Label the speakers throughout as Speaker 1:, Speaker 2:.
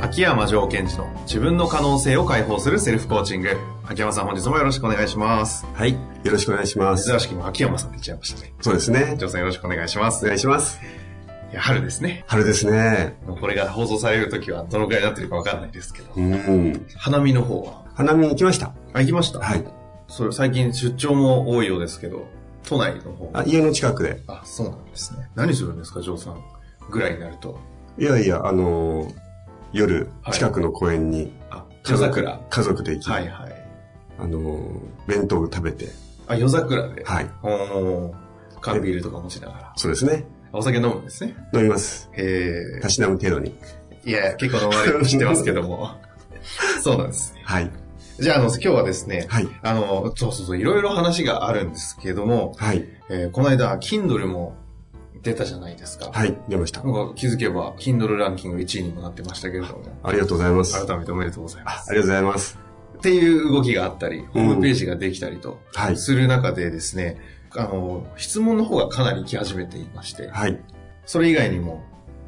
Speaker 1: 秋山城賢治の自分の可能性を解放するセルフコーチング。秋山さん、本日もよろしくお願いします。
Speaker 2: はい。よろしくお願いします
Speaker 1: 珍。しくも秋山さんって言っちゃいましたね。
Speaker 2: そうですね。
Speaker 1: 城さんよろしくお願いしま
Speaker 2: お
Speaker 1: す。
Speaker 2: 願いします。
Speaker 1: いや春ですね。
Speaker 2: 春ですね。
Speaker 1: これが放送される時はどのくらいになってるかわかんないですけど。
Speaker 2: うん。
Speaker 1: 花見の方は
Speaker 2: 花見に来ました。
Speaker 1: あ、行きました
Speaker 2: はい。
Speaker 1: それ最近出張も多いようですけど、都内の方
Speaker 2: あ、家の近くで。
Speaker 1: あ、そうなんですね。何するんですか、城さん。ぐらいになると。
Speaker 2: いやいや、あのー夜
Speaker 1: は、い
Speaker 2: 近くの公園に
Speaker 1: あ、
Speaker 2: 家
Speaker 1: 夜
Speaker 2: 族、
Speaker 1: 桜。
Speaker 2: 家族で行き、
Speaker 1: はいはい。
Speaker 2: あのー弁当を食べて、
Speaker 1: あ、夜桜で。
Speaker 2: はい。
Speaker 1: おー缶ビールとか持ちながら。
Speaker 2: そうですね。
Speaker 1: お酒飲むんですね。
Speaker 2: 飲みます。
Speaker 1: へ
Speaker 2: たしなむ程度に。
Speaker 1: え。いや、結構飲まれてしてますけども。 そうなんですね。
Speaker 2: はい。
Speaker 1: じゃあ、あの、今日はですね、
Speaker 2: はい。
Speaker 1: あの、そうそうそう、いろいろ話があるんですけども、
Speaker 2: はい。
Speaker 1: えーこの間、Kindle も出たじゃないですか。
Speaker 2: はい。出ました
Speaker 1: な。んか気づけば、Kindle ランキング1位にもなってましたけれども、
Speaker 2: ありがとうございます。あ
Speaker 1: 改めておめでとうございま
Speaker 2: あ
Speaker 1: す。
Speaker 2: りがとうございます。
Speaker 1: っていう動きがあったり、ホームページができたりと、
Speaker 2: はい。
Speaker 1: する中でですね、あの、質問の方がかなり来始めていまして、
Speaker 2: はい。
Speaker 1: それ以外にも、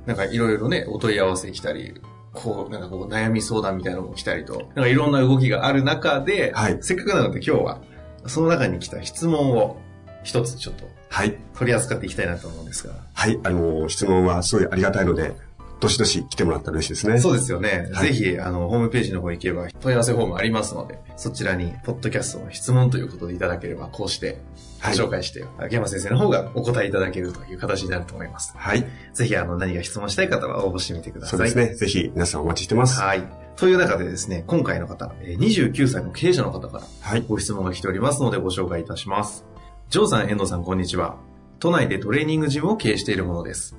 Speaker 1: なんかいろいろね、お問い合わせ来たり、こう、なんかこう、悩み相談みたいなのも来たりと、なんかいろんな動きがある中で、
Speaker 2: はい
Speaker 1: せっかくなので今日は、その中に来た質問を一つちょっと
Speaker 2: はい。
Speaker 1: 取り扱っていきたいなと思うんですが、
Speaker 2: はい。あのー質問はすごいありがたいので、どしどし来てもらったら嬉しいですね。
Speaker 1: そう
Speaker 2: う
Speaker 1: ですよね。
Speaker 2: はい
Speaker 1: ぜひ、あの、ホームページの方行けば問い合わせフォームありますので、そちらに、ポッドキャストの質問ということでいただければ、こうして、ご
Speaker 2: はい。
Speaker 1: 紹介して、秋山先生の方がお答えいただけるという形になると思います。
Speaker 2: はい。
Speaker 1: ぜひ、あの、何か質問したい方は応募してみてくださ
Speaker 2: そ
Speaker 1: い。
Speaker 2: うですね。ぜひ皆さんお待ちしてます。
Speaker 1: はい。という中でですね、今回の方、えー29歳の経営者の方から
Speaker 2: はい。
Speaker 1: ご質問が来ておりますのでご紹介いたします。ジョーさん、遠藤さん、こんにちは。都内でトレーニングジムを経営しているものです。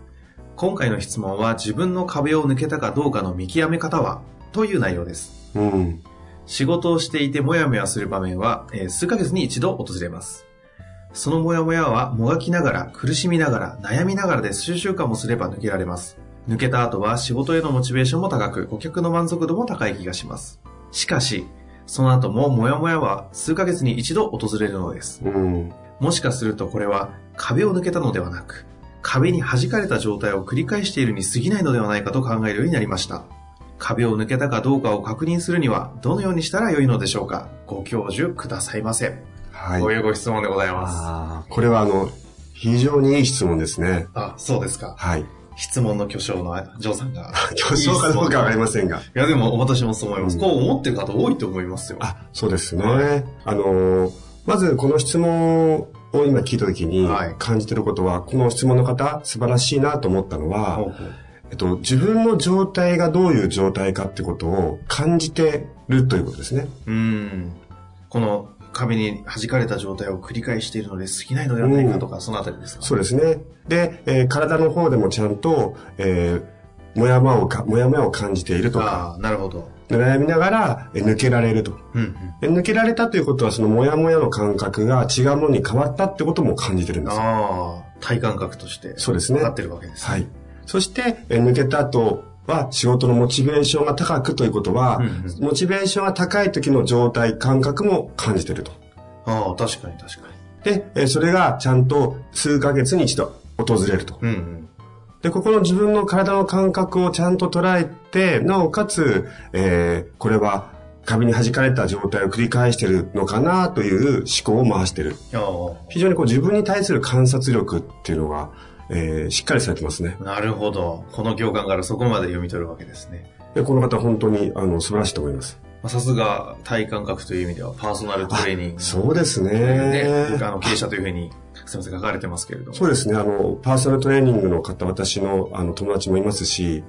Speaker 1: 今回の質問は自分の壁を抜けたかどうかの見極め方はという内容です。
Speaker 2: うん。
Speaker 1: 仕事をしていてモヤモヤする場面は、えー数ヶ月に一度訪れます。そのモヤモヤはもがきながら、苦しみながら、悩みながらで数週間もすれば抜けられます。抜けた後は仕事へのモチベーションも高く、顧客の満足度も高い気がします。しかし、その後もモヤモヤは数ヶ月に一度訪れるのです。
Speaker 2: うん。
Speaker 1: もしかするとこれは壁を抜けたのではなく、壁に弾かれた状態を繰り返しているに過ぎないのではないかと考えるようになりました。壁を抜けたかどうかを確認するには、どのようにしたらよいのでしょうかご教授くださいませ。
Speaker 2: はい。
Speaker 1: こういうご質問でございます。
Speaker 2: あーこれはあの、非常にいい質問ですね。
Speaker 1: あ、そうですか。
Speaker 2: はい。
Speaker 1: 質問の巨匠のジョーさんが。
Speaker 2: 巨匠かどうかわかりませんが。
Speaker 1: いや、でも私もそう思います。
Speaker 2: うん
Speaker 1: こう思ってる方多いと思いますよ。
Speaker 2: あ、そうですね。
Speaker 1: は
Speaker 2: あのー、まずこの質問を今聞いたときに
Speaker 1: はい
Speaker 2: 感じてることは、この質問の方、素晴らしいなと思ったの
Speaker 1: ほう
Speaker 2: は、
Speaker 1: ほう
Speaker 2: えっと、自分の状態がどういう状態かってことを感じてるということですね。
Speaker 1: うーん。この壁に弾かれた状態を繰り返しているので過ぎないのではないかとか、そのあたりですか
Speaker 2: そうですね。で、えー体の方でもちゃんと、えー、もやまをか、もやもやを感じているとか、
Speaker 1: ああ、なるほど。
Speaker 2: 悩みながらえー抜けられると。
Speaker 1: うんうん。
Speaker 2: で抜けられたということは、そのモヤモヤの感覚が違うものに変わったってことも感じてるんですよ。
Speaker 1: ああ、体感覚として。
Speaker 2: そうですね
Speaker 1: なってるわけです。
Speaker 2: はい。そして、え抜けた後は仕事のモチベーションが高くということは、
Speaker 1: うんうん
Speaker 2: モチベーションが高い時の状態、感覚も感じてると。
Speaker 1: ああ、確かに確かに。
Speaker 2: で、えそれがちゃんと数ヶ月に一度訪れると。
Speaker 1: うんうん。
Speaker 2: で、ここの自分の体の感覚をちゃんと捉えて、なおかつ、えーこれは壁に弾かれた状態を繰り返してるのかなという思考を回してる。
Speaker 1: あ
Speaker 2: 非常にこう自分に対する観察力っていうのが、えーしっかりされてますね。
Speaker 1: あ、なるほど。この行間からそこまで読み取るわけですね。
Speaker 2: でこの方本当にあの素晴らしいと思います。
Speaker 1: まあさすが体感覚という意味ではパーソナルトレーニング。
Speaker 2: そうです
Speaker 1: ね、あ
Speaker 2: ね。
Speaker 1: の経営者というふうに、すみません、書かれてますけれども。
Speaker 2: そうですね。あの、パーソナルトレーニングの方、私のあの友達もいますし、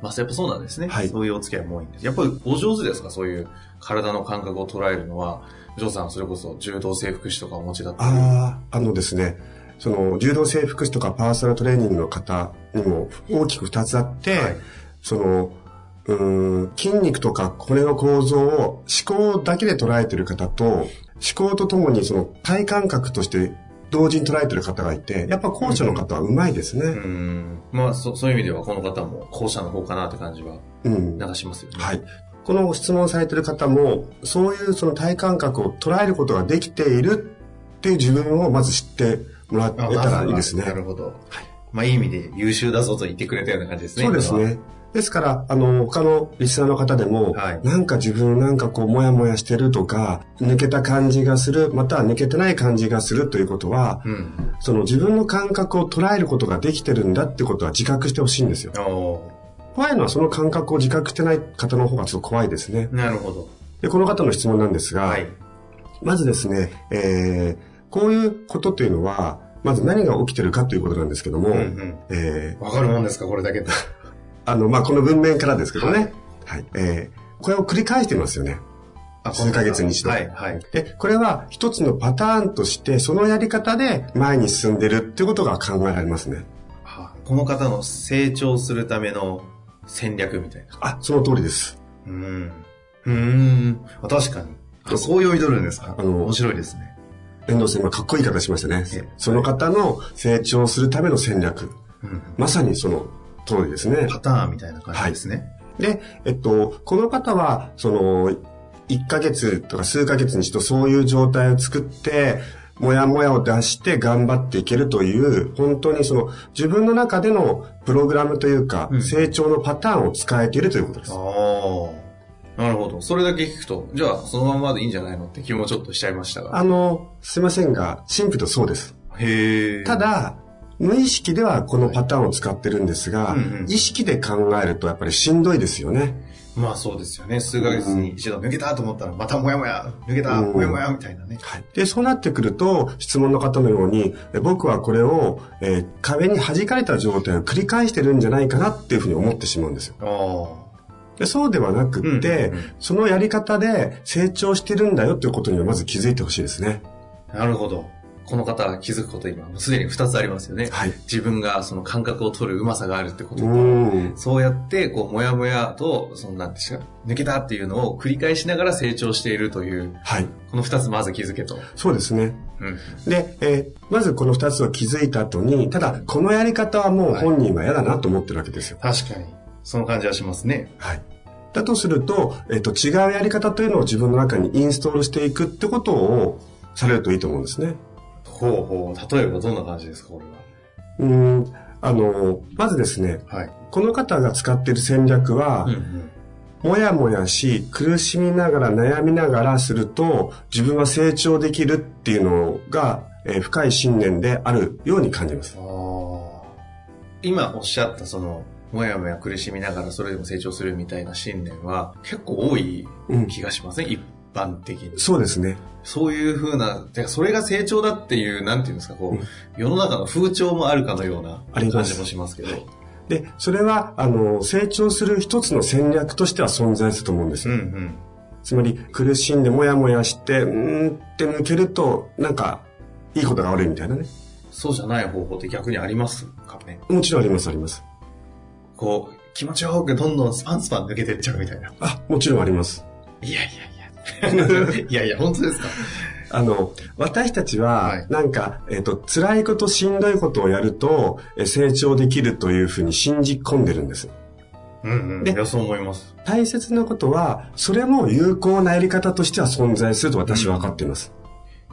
Speaker 1: まあ、やっぱそうなんですね。
Speaker 2: はい
Speaker 1: そういうお付き合いも多いんです。やっぱりお上手ですかそういう体の感覚を捉えるのは、ジョーさん、それこそ柔道整復師とかお持ちだったり。
Speaker 2: ああ、あのですね、その柔道整復師とかパーソナルトレーニングの方にも大きく2つあって、
Speaker 1: はい
Speaker 2: その、うーん筋肉とか骨の構造を思考だけで捉えてる方と、思考とともにその体感覚として同時に捉えてる方がいて、やっぱ後者の方はうまいです
Speaker 1: う
Speaker 2: ね。
Speaker 1: ん。まあそ、そういう意味ではこの方も後者の方かなって感じは、
Speaker 2: うん。
Speaker 1: なんかしますよね。
Speaker 2: はい。この質問されてる方も、そういうその体感覚を捉えることができているっていう自分をまず知ってもらえた
Speaker 1: あまずは
Speaker 2: らいいですね。
Speaker 1: なるほど。まあ、いい意味で優秀だぞと言ってくれたような感じですね。
Speaker 2: そうですね。ですから、あの、他のリスナーの方でも、
Speaker 1: はい
Speaker 2: なんか自分なんかこう、もやもやしてるとか、抜けた感じがする、または抜けてない感じがするということは、
Speaker 1: 今は。うん。
Speaker 2: その自分の感覚を捉えることができてるんだってことは自覚してほしいんですよ。
Speaker 1: お
Speaker 2: 怖いのはその感覚を自覚してない方の方がちょっと怖いですね。
Speaker 1: ーなるほど。
Speaker 2: で、この方の質問なんですが、
Speaker 1: はい。
Speaker 2: まずですね、えー、こういうことというのは、まず何が起きてるかということなんですけども、
Speaker 1: うんうん。
Speaker 2: えー
Speaker 1: わかるもんですか、これだ けで。
Speaker 2: あの、まあ、この文面からですけどね。はい。えーこれを繰り返してますよね。
Speaker 1: あ
Speaker 2: 数ヶ月に一度
Speaker 1: はい、はい。
Speaker 2: で、これは一つのパターンとして、そのやり方で前に進んでるっていうことが考えられますね。
Speaker 1: あこの方の成長するための戦略みたいな。
Speaker 2: あ、その通りです。
Speaker 1: うん。うーん。あ確かに。あそう読み取るんですか。
Speaker 2: あの
Speaker 1: 面白いですね。
Speaker 2: 遠藤さん、今かっこいい言い方しましたね
Speaker 1: いえ。
Speaker 2: その方の成長するための戦略。
Speaker 1: うん。
Speaker 2: まさにその通りですね。
Speaker 1: パターンみたいな感じですね。
Speaker 2: で、えっと、この方は、その、1ヶ月とか数ヶ月に一度そういう状態を作って、もやもやを出して頑張っていけるという、本当にその自分の中でのプログラムというか、
Speaker 1: うん
Speaker 2: 成長のパターンを使えているということです。
Speaker 1: ああ。なるほど。それだけ聞くと、じゃあそのままでいいんじゃないのって気もちょっとしちゃいましたが。
Speaker 2: あの、すいませんが、シンプルそうです。
Speaker 1: へえ。
Speaker 2: た、だ、無意識ではこのパターンを使ってるんですが、
Speaker 1: うんうん
Speaker 2: 意識で考えるとやっぱりしんどいですよね。
Speaker 1: まあそうですよね。数ヶ月に一度抜けたと思ったら、またもやもや、抜けた、
Speaker 2: うん
Speaker 1: もやもや、みたいなね。
Speaker 2: はい、でそうなってくると質問の方のようにえ僕はこれを、えー壁に弾かれた状態を繰り返してるんじゃないかなっていうふうに思ってしまうんですよ
Speaker 1: ああ。
Speaker 2: でそうではなくって、
Speaker 1: うんうんうん
Speaker 2: そのやり方で成長してるんだよということにはまず気づいてほしいですね
Speaker 1: なるほど。この方が気づくこと今、もうすでに2つありますよね。
Speaker 2: はい
Speaker 1: 自分がその感覚を取るうまさがあるってこと
Speaker 2: う。ん
Speaker 1: そうやって、こう、もやもやと、その、なんていうんですか、抜けたっていうのを繰り返しながら成長しているという、
Speaker 2: はい
Speaker 1: この2つまず気づけと。
Speaker 2: そうですね
Speaker 1: うん。
Speaker 2: で、えーまずこの2つを気づいた後にただこのやり方はもう本人は嫌だなと思ってるわけですよ
Speaker 1: 確かに。その感じはしますね。
Speaker 2: はい。だとすると、えっと、違うやり方というのを自分の中にインストールしていくってことをされるといいと思うんですね。
Speaker 1: ほうほう。例えばどんな感じですか、これ
Speaker 2: うーん。あの、まずですね、
Speaker 1: は。はい。
Speaker 2: この方が使っている戦略は、
Speaker 1: ん。
Speaker 2: もやもやし、苦しみながら悩みながらすると、自分は成長できるっていうのが、えー深い信念であるように感じます。
Speaker 1: ああ。今おっしゃったその、もやもや苦しみながらそれでも成長するみたいな信念は結構多い
Speaker 2: うん。
Speaker 1: 気がしますね、一般的に。
Speaker 2: そうですね。
Speaker 1: そういうふうな、てかそれが成長だっていう、なんていうんですか、こう、世の中の風潮もあるかのような
Speaker 2: あり
Speaker 1: 感
Speaker 2: ます
Speaker 1: じもしますけど。
Speaker 2: で、それは、あの、成長する一つの戦略としては存在すると思うんです
Speaker 1: う
Speaker 2: よ
Speaker 1: んうん。
Speaker 2: つまり苦しんでもやもやして、うーんって抜けると、なんか、いいことが悪いみたいなね。
Speaker 1: そうじゃない方法って逆にありますかね。
Speaker 2: もちろんあります、あります。
Speaker 1: こう、気持ちよくどんどんスパンスパン抜けてっちゃうみたいな。
Speaker 2: あ、もちろんあります。
Speaker 1: いやいやいや。 いやいや、本当ですか。
Speaker 2: あの、私たち
Speaker 1: は、
Speaker 2: はいなんか、えっ、と、辛いこと、しんどいことをやると、え成長できるというふうに信じ込んでるんです。
Speaker 1: うんうん。
Speaker 2: で
Speaker 1: いや、そう思います。
Speaker 2: 大切なことは、それも有効なやり方としては存在すると私は分かっています。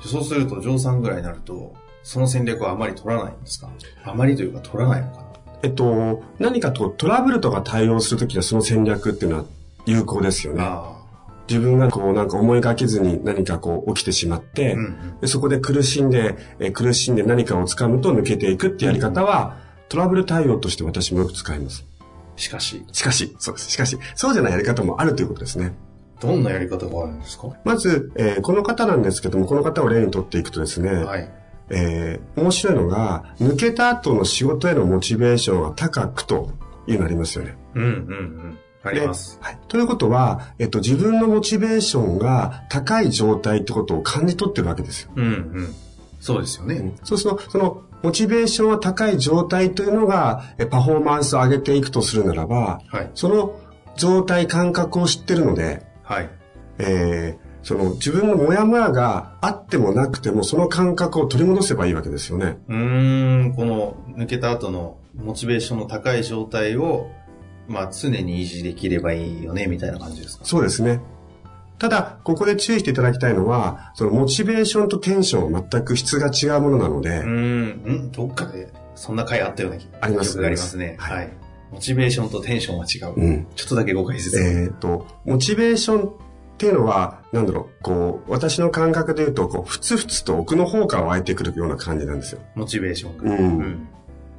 Speaker 1: そうすると、ジョーさんぐらいになると、その戦略はあまり取らないんですかあまりというか取らないのかな
Speaker 2: えっと、何かとトラブルとか対応するときはその戦略っていうのは有効ですよね。
Speaker 1: あ
Speaker 2: 自分がこうなんか思いがけずに何かこう起きてしまって、
Speaker 1: あ。うんうん。
Speaker 2: でそこで苦しんで、えー苦しんで何かを掴むと抜けていくってやり方は、トラブル対応として私もよく使います。
Speaker 1: しかし、
Speaker 2: しかし、そうです。しかし、そうじゃないやり方もあるということですね。
Speaker 1: どんなやり方があるんですか
Speaker 2: まず、えーこの方なんですけども、この方を例にとっていくとですね、
Speaker 1: はい。
Speaker 2: えー面白いのが、抜けた後の仕事へのモチベーションは高くというのありますよね。
Speaker 1: うんうんうん。あり
Speaker 2: で
Speaker 1: ます。
Speaker 2: はい。ということは、えっと、自分のモチベーションが高い状態ってことを感じ取ってるわけですよ。
Speaker 1: うんうん。そうですよね。
Speaker 2: そうすると、その、モチベーションが高い状態というのが、えパフォーマンスを上げていくとするならば、
Speaker 1: はい。
Speaker 2: その状態感覚を知ってるので、
Speaker 1: はい。
Speaker 2: えーその自分のモヤモヤがあってもなくても、その感覚を取り戻せばいいわけですよね。
Speaker 1: うーん、この抜けた後のモチベーションの高い状態を、まあ常に維持できればいいよね、みたいな感じですか。
Speaker 2: そうですね。ただ、ここで注意していただきたいのは、そのモチベーションとテンションは全く質が違うものなので
Speaker 1: う、ーん、うん、どっかで、そんな回あったような気
Speaker 2: あります
Speaker 1: 記憶がありますね。
Speaker 2: あります
Speaker 1: はい。モチベーションとテンションは違
Speaker 2: う
Speaker 1: う。
Speaker 2: ん。
Speaker 1: ちょっとだけご解説。
Speaker 2: えっ、と、モチベーションっていうのは、なんだろう、こう、私の感覚で言うと、こう、ふつふつと奥の方から湧いてくるような感じなんですよ。
Speaker 1: モチベーションが。
Speaker 2: うん
Speaker 1: うん。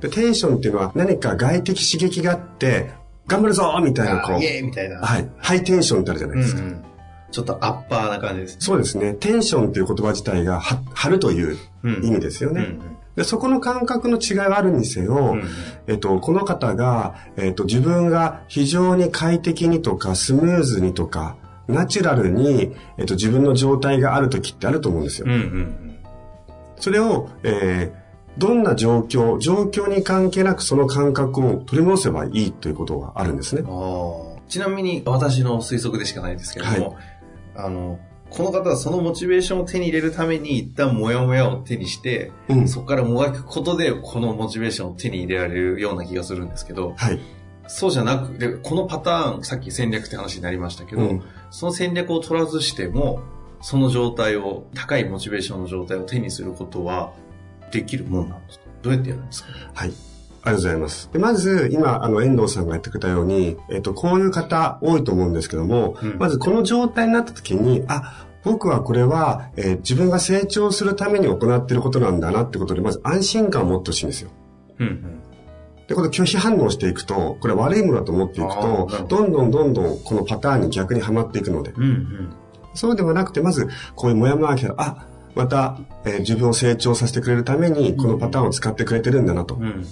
Speaker 2: で、テンションっていうのは何か外的刺激があって、頑張るぞーみたい
Speaker 1: あ
Speaker 2: な、こ
Speaker 1: ーイエ
Speaker 2: う、
Speaker 1: ーイみたいな。
Speaker 2: はい、ハイテンションってあるじゃな
Speaker 1: う
Speaker 2: い
Speaker 1: んう
Speaker 2: ですか。
Speaker 1: ん。ちょっとアッパーな感じです。
Speaker 2: そうですね。テンションっていう言葉自体が、は、張るという
Speaker 1: うん
Speaker 2: 意味ですよ
Speaker 1: うん
Speaker 2: ね、で。そこの感覚の違いはあるにせよ、
Speaker 1: うん。うん
Speaker 2: えっと、この方が、えっと、自分が非常に快適にとか、スムーズにとか、ナチュラルに、えっと、自分の状態がある時ってあると思うんですよ。
Speaker 1: うんうん。
Speaker 2: それを、えーどんな状況、状況に関係なくその感覚を取り戻せばいいということがあるんですね
Speaker 1: あ。ーちなみに私の推測でしかないですけれども、あの、この方はそのモチベーションを手に入れるために一旦モヤモヤを手にして、
Speaker 2: うん。
Speaker 1: そこからもがくことでこのモチベーションを手に入れられるような気がするんですけど、
Speaker 2: はい。
Speaker 1: そうじゃなく、で、このパターン、さっき戦略って話になりましたけど、
Speaker 2: うん
Speaker 1: その戦略を取らずしても、その状態を、高いモチベーションの状態を手にすることはできるもんなんですかどうやってやるんですか
Speaker 2: はい。ありがとうございます。でまず、今、あの、遠藤さんがやってくれたように、えっと、こういう方多いと思うんですけども、
Speaker 1: うん
Speaker 2: まずこの状態になった時に、あ、僕はこれは、えー自分が成長するために行っていることなんだなってことで、まず安心感を持ってほしいんですよ。
Speaker 1: うんうん。
Speaker 2: で、この拒否反応していくと、これ悪いものだと思っていく
Speaker 1: あーなるほど、
Speaker 2: とどんどんどんどんこのパターンに逆にはまっていくので、
Speaker 1: うんうん。
Speaker 2: そうではなくて、まず、こういうモヤモヤが、あ、また、えー自分を成長させてくれるために、このパターンを使ってくれてるんだなと。
Speaker 1: う
Speaker 2: っ
Speaker 1: ん。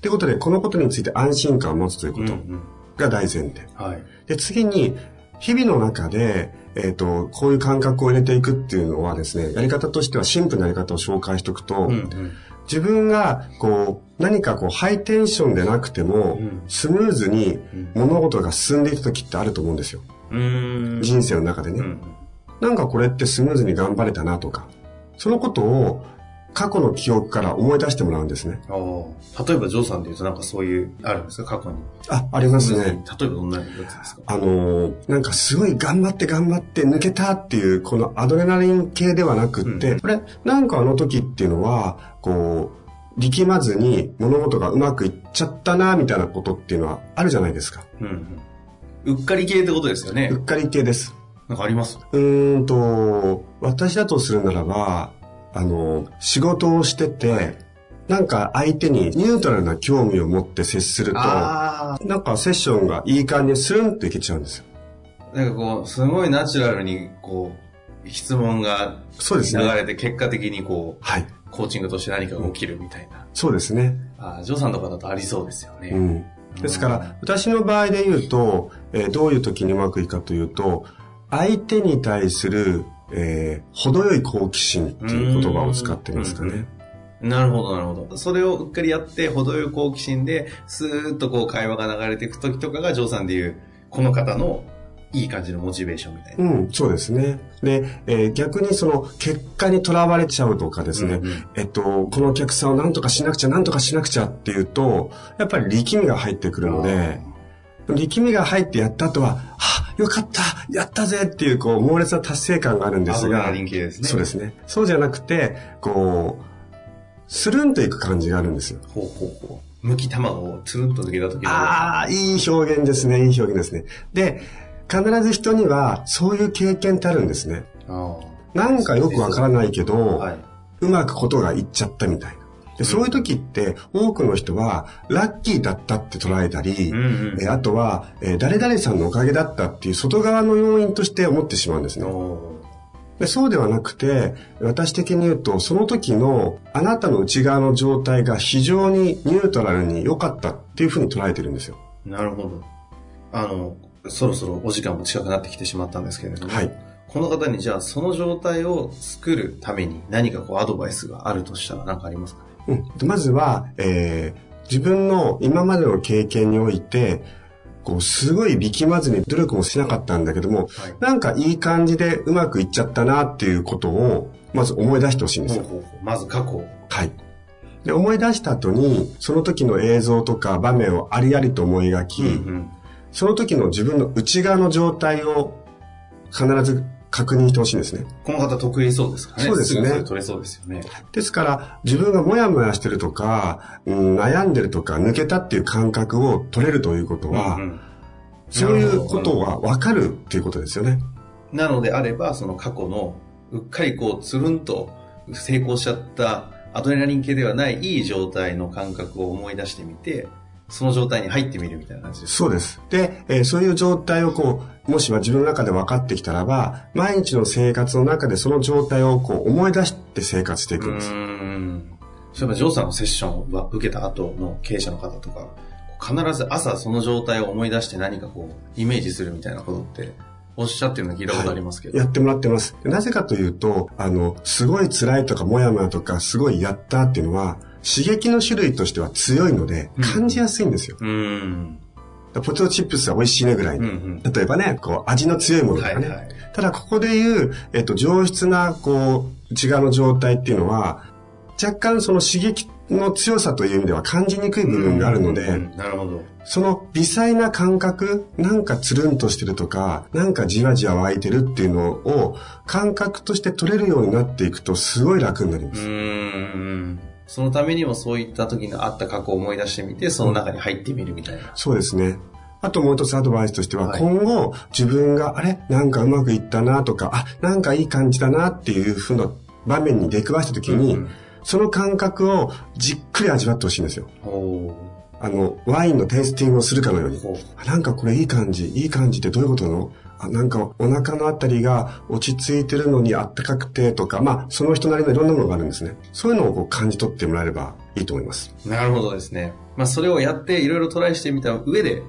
Speaker 2: てことで、このことについて安心感を持つというこ
Speaker 1: うんう
Speaker 2: と
Speaker 1: ん。
Speaker 2: が大前提。
Speaker 1: はい。
Speaker 2: で、次に、日々の中で、えっ、と、こういう感覚を入れていくっていうのはですね、やり方としてはシンプルなやり方を紹介しておく
Speaker 1: う
Speaker 2: と、
Speaker 1: んうん。
Speaker 2: 自分が、こう、何かこう、ハイテンションでなくても、
Speaker 1: うん
Speaker 2: スムーズに
Speaker 1: うん
Speaker 2: 物事が進んでいく時ってあると思うんですよ。
Speaker 1: うーん。
Speaker 2: 人生の中でね。
Speaker 1: うん
Speaker 2: なんかこれってスムーズに頑張れたなとか、そのことを過去の記憶から思い出してもらうんですね。
Speaker 1: あー例えば、ジョーさんで言うとなんかそういう、あるんですか過去に。
Speaker 2: あ、ありますね。
Speaker 1: 例えばどんなやつですか
Speaker 2: あのーなんかすごい頑張って頑張って抜けたっていう、このアドレナリン系ではなくって、
Speaker 1: う
Speaker 2: これ、なんかあの時っていうのは、こう、力まずに物事がうまくいっちゃったな、みたいなことっていうのはあるじゃないですか。
Speaker 1: うんうん。うっかり系ってことですよね
Speaker 2: うっ。かり系です。
Speaker 1: なんかあります
Speaker 2: うーんと、私だとするならば、あの、仕事をしてて、なんか相手にニュートラルな興味を持って接すると、な
Speaker 1: ああ。
Speaker 2: んかセッションがいい感じにスルンといけちゃうんですよ。
Speaker 1: なんかこう、すごいナチュラルに、こう、質問が
Speaker 2: そうです
Speaker 1: 流
Speaker 2: ね
Speaker 1: れて、結果的にこ
Speaker 2: はい。
Speaker 1: う、コーチングとして何かが起きるみたいな。
Speaker 2: そうですね。
Speaker 1: あージョーさんとかだとありそうですよね。
Speaker 2: うん。ですから、私の場合で言うと、えーどういう時にうまくいくかというと、相手に対する、えー程よい好奇心っていう言葉を使ってますか
Speaker 1: うんうん
Speaker 2: ね。
Speaker 1: なるほど、なるほど。それをうっかりやって、程よい好奇心で、スーッとこう会話が流れていく時とかが、ジョーさんでいう、この方のいい感じのモチベーションみたいな。
Speaker 2: うん、そうですね。で、えー逆にその結果にとらわれちゃうとかですね、
Speaker 1: うんうん
Speaker 2: えっと、このお客さんを何とかしなくちゃ、何とかしなくちゃっていうと、やっぱり力みが入ってくるので、力みが入ってやった後は、はあ、よかった、やったぜっていう、こう、猛烈な達成感があるんで
Speaker 1: ですす
Speaker 2: が
Speaker 1: が、、人気ですね。
Speaker 2: そうですね。そうじゃなくて、こう、スルンといく感じがあるんですよ。
Speaker 1: ほうほうほう。むき卵をつるんと抜けた時の。
Speaker 2: ああ、いい表現ですね、いい表現ですね。で、必ず人には、そういう経験ってあるんですね。
Speaker 1: あ
Speaker 2: なんかよくわからないけど、
Speaker 1: あ。はい。
Speaker 2: うまくことがいっちゃったみたいな。で、そういう時って、多くの人は、ラッキーだったって捉えたり、
Speaker 1: うんうん
Speaker 2: えーあとは、えー誰々さんのおかげだったっていう外側の要因として思ってしまうんですね。
Speaker 1: お
Speaker 2: でそうではなくて、私的に言うと、その時のあなたの内側の状態が非常にニュートラルに良かったっていうふうに捉えてるんですよ。
Speaker 1: なるほど。あの、そろそろお時間も近くなってきてしまったんですけれども、
Speaker 2: はい。
Speaker 1: この方にじゃあその状態を作るために何かこうアドバイスがあるとしたら何かありますか
Speaker 2: うん、でまずは、えー自分の今までの経験において、こう、すごい力まずに努力もしなかったんだけども、
Speaker 1: はい
Speaker 2: なんかいい感じでうまくいっちゃったなっていうことを、まず思い出してほしいんで
Speaker 1: ほう
Speaker 2: すよ。
Speaker 1: ほうほうまず過去を。
Speaker 2: はい。で、思い出した後に、その時の映像とか場面をありありと思い描き、
Speaker 1: うん
Speaker 2: その時の自分の内側の状態を必ず確認してほしいんですね。
Speaker 1: この方得意そうですからね。
Speaker 2: そうですね
Speaker 1: ぐそれ取れそうですよね。
Speaker 2: ですから、自分がモヤモヤしてるとか、うん悩んでるとか、抜けたっていう感覚を取れるということは、
Speaker 1: うんうん
Speaker 2: そういうことは分かるっていうことですよね。
Speaker 1: なのであれば、その過去のうっかりこうつるんと成功しちゃったアドレナリン系ではないいい状態の感覚を思い出してみて、その状態に入ってみるみたいな感じです。
Speaker 2: そうです。で、えーそういう状態をこう、もしは自分の中で分かってきたらば、毎日の生活の中でその状態をこう思い出して生活していうくんです。
Speaker 1: ーん。そういえば、ジョーさんのセッションは受けた後の経営者の方とか、必ず朝その状態を思い出して何かこう、イメージするみたいなことって、おっしゃってるの聞いたことありますけど。
Speaker 2: やってもらってます。でなぜかというと、あの、すごい辛いとか、モヤモヤとか、すごいやったっていうのは、刺激の種類としては強いので
Speaker 1: う、ん
Speaker 2: 感じやすいんですよ。
Speaker 1: うーん。
Speaker 2: ポテトチップスは美味しいねぐらい
Speaker 1: うんう
Speaker 2: の。
Speaker 1: ん。
Speaker 2: 例えばね、こう、味の強いものと
Speaker 1: は
Speaker 2: か
Speaker 1: い
Speaker 2: ね。
Speaker 1: はい。
Speaker 2: ただ、ここで言う、えっと、上質な、こう、内側の状態っていうのは、若干その刺激の強さという意味では感じにくい部分があるので、
Speaker 1: うんなるほど。
Speaker 2: その微細な感覚、なんかつるんとしてるとか、なんかじわじわ湧いてるっていうのを、感覚として取れるようになっていくと、すごい楽になりま
Speaker 1: う
Speaker 2: す。
Speaker 1: ーん。そのためにもそういった時のあった過去を思い出してみて、その中に入ってみるみたいな。
Speaker 2: そうですね。あともう一つアドバイスとしては、
Speaker 1: はい
Speaker 2: 今後自分が、あれなんかうまくいったなとか、あ、なんかいい感じだなっていうふうな場面に出くわした時に、
Speaker 1: うん
Speaker 2: その感覚をじっくり味わってほしいんですよ。
Speaker 1: おー
Speaker 2: あの、ワインのテイスティングをするかのように。
Speaker 1: ほう
Speaker 2: あなんかこれいい感じ、いい感じってどういうことなのあなんかお腹のあたりが落ち着いてるのにあったかくてとか、まあその人なりのいろんなものがあるんですね。そういうのをこう感じ取ってもらえればいいと思います。
Speaker 1: なるほどですね。まあ、それをやって、いろいろトライしてみた上で、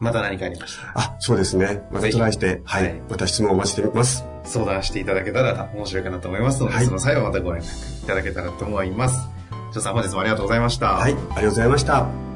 Speaker 1: また何かありましたら
Speaker 2: あ、そうですね。またトライして、は
Speaker 1: はい
Speaker 2: い。また質問をお待ちしています。
Speaker 1: 相談していただけたら面白いかなと思いますので、
Speaker 2: はい
Speaker 1: その際はまたご連絡いただけたらと思います。ジョーさん、本日もありがとうございました。
Speaker 2: はい、ありがとうございました。